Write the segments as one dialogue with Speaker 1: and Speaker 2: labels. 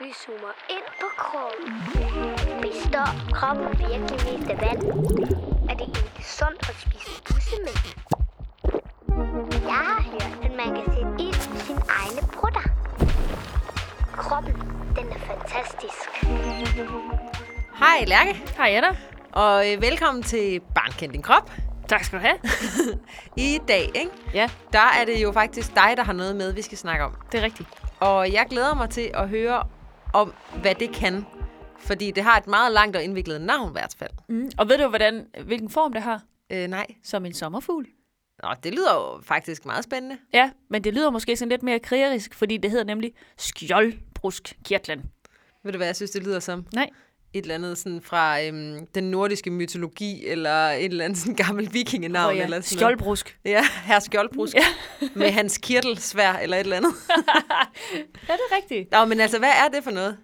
Speaker 1: Vi zoomer ind på kroppen. Består kroppen virkelig mest af vand? Er det egentlig sundt at spise bussemænd? Jeg har hørt, at man kan sætte ild i sin egne brutter. Kroppen, den er fantastisk.
Speaker 2: Hej Lærke,
Speaker 3: Hej Anna.
Speaker 2: og øh, velkommen til Barn Kend Din Krop.
Speaker 3: Tak skal du have.
Speaker 2: I dag, ikke?
Speaker 3: Ja,
Speaker 2: der er det jo faktisk dig, der har noget med, vi skal snakke om.
Speaker 3: Det er rigtigt.
Speaker 2: Og jeg glæder mig til at høre om, hvad det kan. Fordi det har et meget langt og indviklet navn i hvert fald.
Speaker 3: Mm. Og ved du, hvordan, hvilken form det har?
Speaker 2: Øh, nej.
Speaker 3: Som en sommerfugl.
Speaker 2: Nå, det lyder jo faktisk meget spændende.
Speaker 3: Ja, men det lyder måske sådan lidt mere krigerisk, fordi det hedder nemlig skjoldbrusk kirtland.
Speaker 2: Ved du, hvad jeg synes, det lyder som?
Speaker 3: Nej.
Speaker 2: Et eller andet sådan fra øhm, den nordiske mytologi, eller et eller andet sådan gammelt vikingenavn.
Speaker 3: Åh
Speaker 2: eller sådan noget.
Speaker 3: Skjoldbrusk.
Speaker 2: Ja, herr Skjoldbrusk. Ja. med hans kirtelsvær, eller et eller andet.
Speaker 3: Ja, det er rigtigt.
Speaker 2: Nå, men altså, hvad er det for noget?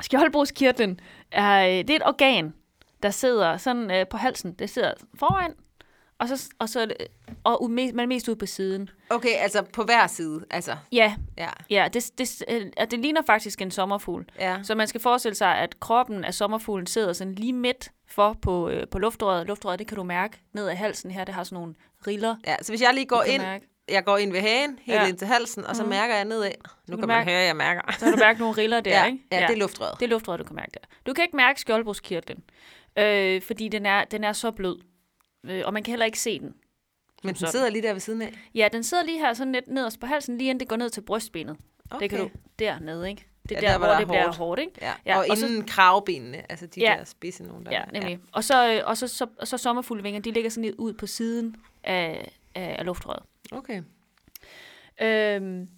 Speaker 3: Skjoldbruskkirtlen er, øh, det er et organ, der sidder sådan øh, på halsen. Det sidder foran, og, så, og, så, er det- og ude- me- men mest ude på siden.
Speaker 2: Okay, altså på hver side, altså.
Speaker 3: Ja,
Speaker 2: Ja,
Speaker 3: ja det, det, øh, og det ligner faktisk en sommerfugl.
Speaker 2: ja.
Speaker 3: Så man skal forestille sig, at kroppen af sommerfuglen sidder sådan lige midt for på, øh, på luftrøret. Luftrøret, det kan du mærke ned ad halsen her. Det har sådan nogle riller.
Speaker 2: ja så hvis jeg lige går
Speaker 3: kan
Speaker 2: ind,
Speaker 3: mærke.
Speaker 2: jeg går ind ved hagen, helt ja.
Speaker 3: Ja. Mhm.
Speaker 2: ind til halsen, og så mærker jeg nedad. Nu kan,
Speaker 3: du
Speaker 2: man
Speaker 3: mærke-
Speaker 2: høre, at jeg mærker.
Speaker 3: Så kan du mærke nogle riller der,
Speaker 2: ja,
Speaker 3: ikke?
Speaker 2: ja, det er luftrøret.
Speaker 3: det er luftrøret, du kan mærke der. Du kan ikke mærke skjoldbruskkirtlen, øh, fordi den er, den er så blød. Øh, og man kan heller ikke se den.
Speaker 2: Men den
Speaker 3: sådan.
Speaker 2: sidder lige der ved siden af.
Speaker 3: Ja, den sidder lige her sådan lidt nederst på halsen, lige inden det går ned til brystbenet. Okay.
Speaker 2: Okay.
Speaker 3: Det kan du dernede, ikke? Det er
Speaker 2: Ja,
Speaker 3: ja,
Speaker 2: der,
Speaker 3: der,
Speaker 2: hvor
Speaker 3: hvor
Speaker 2: der er
Speaker 3: det bliver
Speaker 2: hårdt.
Speaker 3: hårdt, ikke?
Speaker 2: Ja.
Speaker 3: Ja,
Speaker 2: ja og,
Speaker 3: og så-
Speaker 2: inden kravbenene, altså de
Speaker 3: Ja.
Speaker 2: der spidse nogen, der
Speaker 3: Ja,
Speaker 2: er.
Speaker 3: nemlig. Ja. Og så, øh, og så, så, så sommerfuglevingerne, de ligger sådan lidt ud på siden af, af, af luftrøret.
Speaker 2: Ja. Okay.
Speaker 3: Øhm,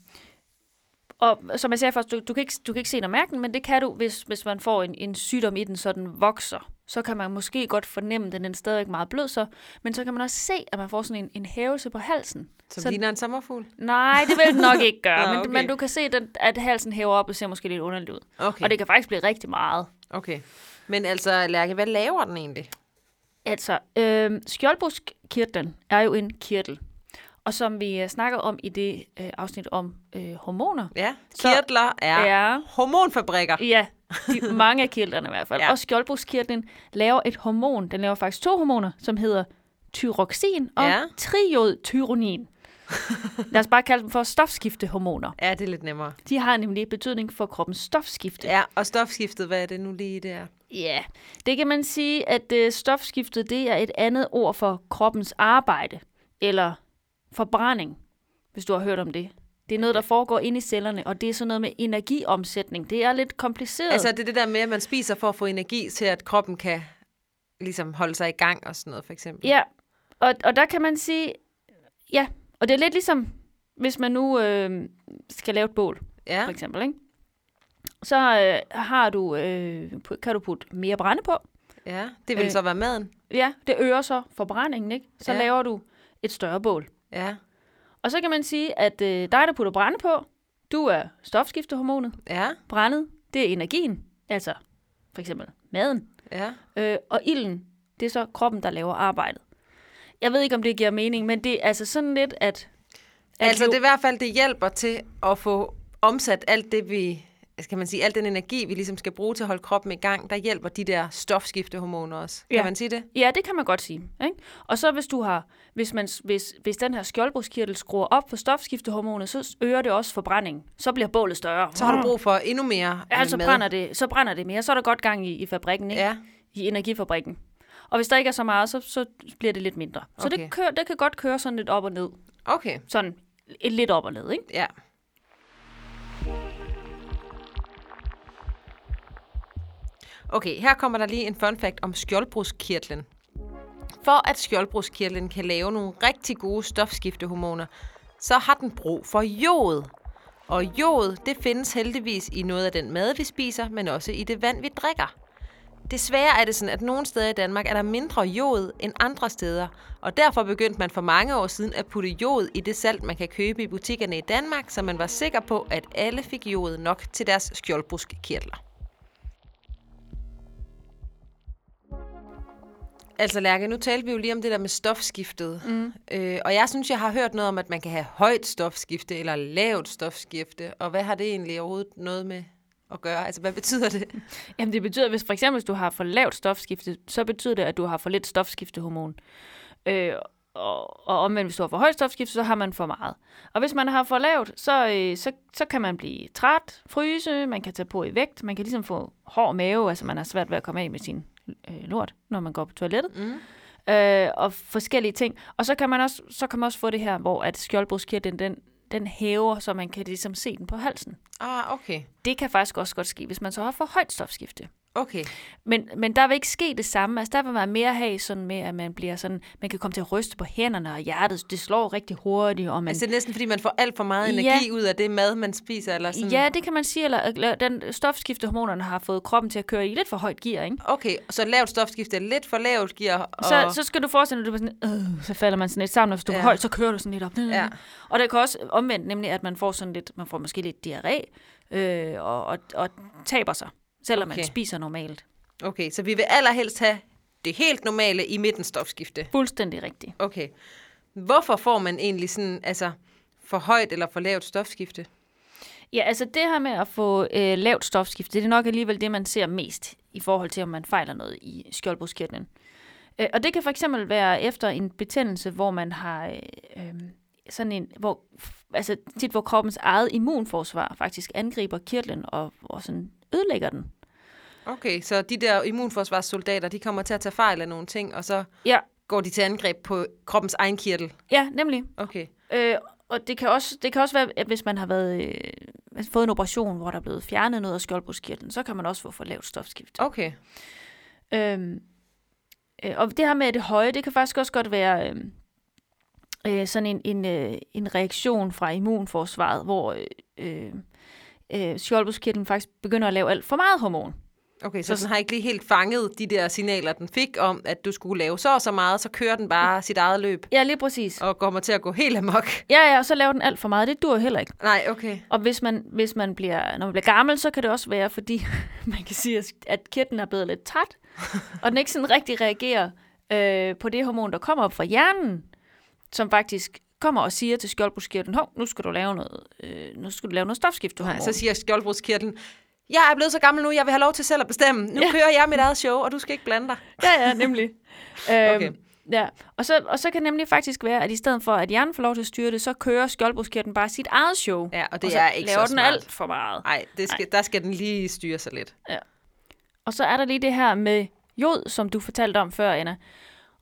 Speaker 3: og som jeg sagde først, du, du, kan ikke, du kan ikke se den og mærke den, men det kan du, hvis, hvis man får en, en sygdom i den, så den vokser. Så kan man måske godt fornemme, at den er stadigvæk meget blød, så, men så kan man også se, at man får sådan en, en hævelse på halsen.
Speaker 2: Som så...
Speaker 3: Så-
Speaker 2: ligner en sommerfugl.
Speaker 3: Nej, det vil den nok ikke gøre,
Speaker 2: Nå,
Speaker 3: men,
Speaker 2: okay.
Speaker 3: men du kan se, den, at halsen hæver op og ser måske lidt underligt ud.
Speaker 2: Okay.
Speaker 3: Og det kan faktisk blive rigtig meget.
Speaker 2: okay. Men altså, Lærke, hvad laver den egentlig?
Speaker 3: Altså, øh, skjoldbruskkirtlen er jo en kirtel. Og som vi øh, snakkede om i det øh, afsnit om øh, hormoner,
Speaker 2: Ja,
Speaker 3: Så-
Speaker 2: kirtler er
Speaker 3: er
Speaker 2: hormonfabrikker.
Speaker 3: Ja, de, mange af kirtlerne i hvert fald.
Speaker 2: Ja.
Speaker 3: Ja. Og skjoldbruskkirtlen laver et hormon. Den laver faktisk to hormoner, som hedder tyroxin og
Speaker 2: Ja.
Speaker 3: ja. triodtyronin. Lad os bare kalde dem for stofskiftehormoner.
Speaker 2: Ja, det er lidt nemmere.
Speaker 3: De har nemlig betydning for kroppens stofskifte.
Speaker 2: Ja, og stofskiftet, hvad er det nu lige, det er?
Speaker 3: Ja, det kan man sige, at øh, stofskiftet det er et andet ord for kroppens arbejde, eller forbrænding, hvis du har hørt om det. Det er noget, der foregår inde i cellerne, og det er sådan noget med energiomsætning. Det er lidt kompliceret.
Speaker 2: Altså, det er det der med, at man spiser for at få energi til, at kroppen kan ligesom holde sig i gang og sådan noget, for eksempel.
Speaker 3: Ja, og, og der kan man sige, ja, og det er lidt ligesom, hvis man nu øh, skal lave et bål,
Speaker 2: Ja,
Speaker 3: for eksempel, ikke? Så øh, har du, øh, pu- kan du putte mere brænde på.
Speaker 2: ja. det vil
Speaker 3: Øh.
Speaker 2: så være maden.
Speaker 3: Ja, det øger så forbrændingen, ikke? Så
Speaker 2: Ja.
Speaker 3: ja. laver du et større bål.
Speaker 2: Ja,
Speaker 3: Og så kan man sige, at øh, dig, der putter brænde på, du er stofskiftehormonet.
Speaker 2: ja,
Speaker 3: Brændet, det er energien, altså for eksempel maden.
Speaker 2: ja.
Speaker 3: Øh, og ilden, det er så kroppen, der laver arbejdet. Jeg ved ikke, om det giver mening, men det er altså sådan lidt, at... at
Speaker 2: Altså,
Speaker 3: jo-
Speaker 2: det er i hvert fald, det hjælper til at få omsat alt det, vi skal man sige, al den energi, vi ligesom skal bruge til at holde kroppen i gang, der hjælper de der stofskiftehormoner også. Kan
Speaker 3: Ja.
Speaker 2: man sige det?
Speaker 3: Ja, det kan man godt sige. Ikke? Og så hvis du har, hvis, man, hvis, hvis den her skjoldbruskkirtel skruer op for stofskiftehormonet, så øger det også forbrændingen. Så bliver bålet større.
Speaker 2: Så har du brug for endnu mere
Speaker 3: Ja,
Speaker 2: øh,
Speaker 3: så
Speaker 2: mad.
Speaker 3: brænder, det, så brænder det mere. Så er der godt gang i, i fabrikken, ikke?
Speaker 2: Ja,
Speaker 3: i energifabrikken. Og hvis der ikke er så meget, så, så bliver det lidt mindre. Så
Speaker 2: Okay.
Speaker 3: det, kører, det kan godt køre sådan lidt op og ned.
Speaker 2: okay.
Speaker 3: Sådan et lidt op og ned, ikke?
Speaker 2: Ja. Okay, her kommer der lige en fun fact om skjoldbruskkirtlen. For at skjoldbruskkirtlen kan lave nogle rigtig gode stofskiftehormoner, så har den brug for jod. Og jod, det findes heldigvis i noget af den mad, vi spiser, men også i det vand, vi drikker. Desværre er det sådan, at nogle steder i Danmark er der mindre jod end andre steder, og derfor begyndte man for mange år siden at putte jod i det salt, man kan købe i butikkerne i Danmark, så man var sikker på, at alle fik jod nok til deres skjoldbruskkirtler. Altså Lærke, nu talte vi jo lige om det der med stofskiftet, mm. øh, og jeg synes, jeg har hørt noget om, at man kan have højt stofskifte eller lavt stofskifte, og hvad har det egentlig overhovedet noget med at gøre? Altså, hvad betyder det?
Speaker 3: Jamen det betyder, hvis for eksempel hvis du har for lavt stofskifte, så betyder det, at du har for lidt stofskiftehormon. Øh, og, og omvendt, hvis du har for højt stofskifte, så har man for meget. Og hvis man har for lavt, så, øh, så, så kan man blive træt, fryse, man kan tage på i vægt, man kan ligesom få hård mave, altså man har svært ved at komme af med sin øh, lort, når man går på toilettet.
Speaker 2: Mm.
Speaker 3: øh, og forskellige ting. Og så kan man også, så kan man også få det her, hvor at skjoldbruskkirtlen, den, den hæver, så man kan ligesom se den på halsen.
Speaker 2: Ah, okay.
Speaker 3: Det kan faktisk også godt ske, hvis man så har for højt stofskifte.
Speaker 2: Okay.
Speaker 3: Men, men der vil ikke ske det samme. Altså, der vil man mere have sådan med, at man bliver sådan, man kan komme til at ryste på hænderne, og hjertet, det slår rigtig hurtigt, og man...
Speaker 2: Altså, det er næsten, fordi man får alt for meget energi ud af det mad, man spiser, eller sådan...
Speaker 3: Ja, det kan man sige, eller, eller den stofskiftehormonerne har fået kroppen til at køre i lidt for højt gear, ikke?
Speaker 2: Okay, så lavt stofskifte er lidt for lavt, giver... Og...
Speaker 3: Så, så skal du forestille dig, at du er sådan, øh, så falder man sådan lidt sammen, og hvis du
Speaker 2: Ja.
Speaker 3: ja. højt, så kører du sådan lidt op.
Speaker 2: Ja.
Speaker 3: Ja. Og det kan også omvendt nemlig, at man får sådan lidt, man får måske lidt diarré, øh, og, og, og taber sig, selvom okay.
Speaker 2: Okay.
Speaker 3: man spiser normalt.
Speaker 2: Okay, så vi vil allerhelst have det helt normale i midten stofskifte.
Speaker 3: Fuldstændig rigtigt.
Speaker 2: Okay. Hvorfor får man egentlig sådan, altså, for højt eller for lavt stofskifte?
Speaker 3: Ja, altså det her med at få øh, lavt stofskifte, det er nok alligevel det, man ser mest i forhold til, om man fejler noget i skjoldbruskkirtlen. Øh, og det kan for eksempel være efter en betændelse, hvor man har øh, øh, sådan en, hvor, altså tit hvor kroppens eget immunforsvar faktisk angriber kirtlen og, og sådan ødelægger den.
Speaker 2: Okay, så de der immunforsvarssoldater, de kommer til at tage fejl af nogle ting, og så
Speaker 3: Ja,
Speaker 2: går de til angreb på kroppens egen kirtel.
Speaker 3: ja nemlig.
Speaker 2: Okay.
Speaker 3: Øh, og det kan, også, det kan også være, at hvis man har været, øh, altså fået en operation, hvor der er blevet fjernet noget af skjoldbruskkirtlen, så kan man også få for lavt stofskifte.
Speaker 2: Okay.
Speaker 3: Øhm, øh, og det her med det høje, det kan faktisk også godt være øhm, øh, sådan en, en, øh, en reaktion fra immunforsvaret, hvor øh, øh, øh, skjoldbruskkirtlen faktisk begynder at lave alt for meget hormon.
Speaker 2: Okay, så, den har ikke lige helt fanget de der signaler, den fik om, at du skulle lave så og så meget, så kører den bare sit eget løb
Speaker 3: Ja, lige præcis.
Speaker 2: og kommer til at gå helt amok.
Speaker 3: Ja, ja, og så laver den alt for meget. Det dur heller ikke.
Speaker 2: Nej, okay.
Speaker 3: Og hvis man, hvis man bliver, når man bliver gammel, så kan det også være, fordi man kan sige, at- at kirtlen er blevet lidt træt, og den ikke sådan rigtig reagerer øh, på det hormon, der kommer op fra hjernen, som faktisk kommer og siger til skjoldbruskkirtlen, hov, nu skal du lave noget, øh, nu skal du lave noget stofskiftehormon.
Speaker 2: Nej, så siger skjoldbrudskirtlen, jeg er blevet så gammel nu, jeg vil have lov til selv at bestemme. Nu ja. kører jeg mit eget show, og du skal ikke blande dig.
Speaker 3: Ja, ja, nemlig. øhm,
Speaker 2: Okay.
Speaker 3: Ja, og så, og så kan det nemlig faktisk være, at i stedet for, at hjernen får lov til at styre det, så kører skjoldbruskkirtlen bare sit eget show.
Speaker 2: Ja, og det
Speaker 3: og så
Speaker 2: er ikke
Speaker 3: laver
Speaker 2: så
Speaker 3: den
Speaker 2: smart.
Speaker 3: alt for meget.
Speaker 2: Nej, det skal, der skal den lige styre sig lidt.
Speaker 3: Og så er der lige det her med jod, som du fortalte om før, Anna.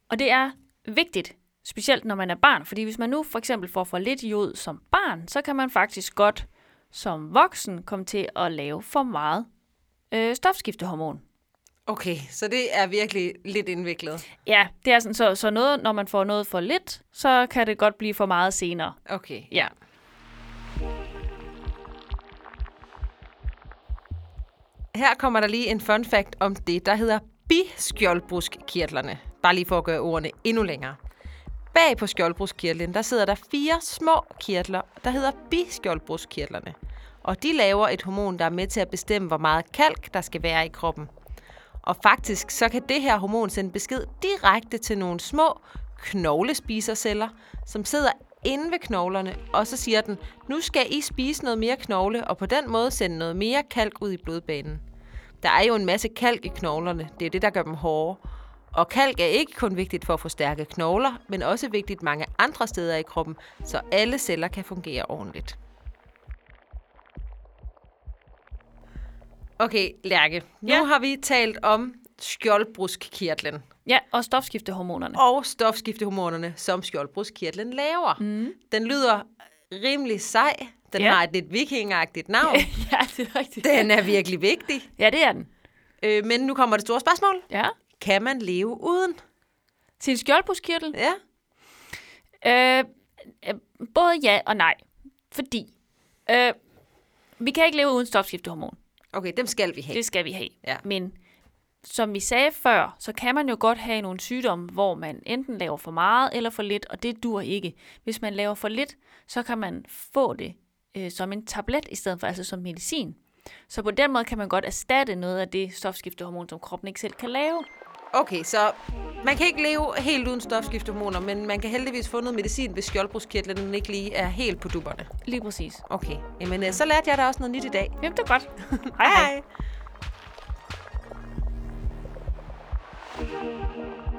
Speaker 3: Og det er vigtigt, specielt når man er barn. Fordi hvis man nu for eksempel får for lidt jod som barn, så kan man faktisk godt som voksen komme til at lave for meget øh, stofskiftehormon.
Speaker 2: Okay, så det er virkelig lidt indviklet.
Speaker 3: Ja, det er sådan, så, så noget, når man får noget for lidt, så kan det godt blive for meget senere.
Speaker 2: Okay.
Speaker 3: Ja.
Speaker 2: Her kommer der lige en fun fact om det, der hedder biskjoldbruskkirtlerne. Bare lige for at gøre ordene endnu længere. Bag på skjoldbruskkirtlen, der sidder der fire små kirtler, der hedder biskjoldbruskkirtlerne. Og de laver et hormon, der er med til at bestemme, hvor meget kalk, der skal være i kroppen. Og faktisk så kan det her hormon sende besked direkte til nogle små knoglespiserceller, som sidder inde ved knoglerne, og så siger den, nu skal I spise noget mere knogle, og på den måde sende noget mere kalk ud i blodbanen. Der er jo en masse kalk i knoglerne, det er det, der gør dem hårde. Og kalk er ikke kun vigtigt for at få stærke knogler, men også vigtigt mange andre steder i kroppen, så alle celler kan fungere ordentligt. Okay, Lærke, nu ja.
Speaker 3: Ja.
Speaker 2: har vi talt om skjoldbruskkirtlen
Speaker 3: Ja, og stofskiftehormonerne.
Speaker 2: og stofskiftehormonerne, som skjoldbruskkirtlen laver. Mm. Den lyder rimelig sej. Den
Speaker 3: Ja.
Speaker 2: ja. har et lidt vikingagtigt navn.
Speaker 3: ja, det er rigtigt.
Speaker 2: Den er virkelig vigtig.
Speaker 3: Ja, det er den.
Speaker 2: Øh, men nu kommer det store spørgsmål.
Speaker 3: Ja.
Speaker 2: Kan man leve uden?
Speaker 3: Sin skjoldbruskkirtel,
Speaker 2: Ja.
Speaker 3: Øh, øh, både ja og nej. Fordi øh, vi kan ikke leve uden stofskiftehormon.
Speaker 2: Okay, dem skal vi have.
Speaker 3: Det skal vi have.
Speaker 2: Ja.
Speaker 3: Men som vi sagde før, så kan man jo godt have nogle sygdomme, hvor man enten laver for meget eller for lidt, og det dur ikke. Hvis man laver for lidt, så kan man få det øh, som en tablet i stedet for, altså som medicin. Så på den måde kan man godt erstatte noget af det stofskiftehormon, som kroppen ikke selv kan lave.
Speaker 2: Okay, så man kan ikke leve helt uden stofskiftehormoner, men man kan heldigvis få noget medicin, hvis skjoldbruskkirtlen ikke lige er helt på dupperne.
Speaker 3: Lige præcis.
Speaker 2: Okay, jamen øh, så lærte jeg da også noget nyt i dag.
Speaker 3: Jamen, det er godt. hej hej.
Speaker 2: hej.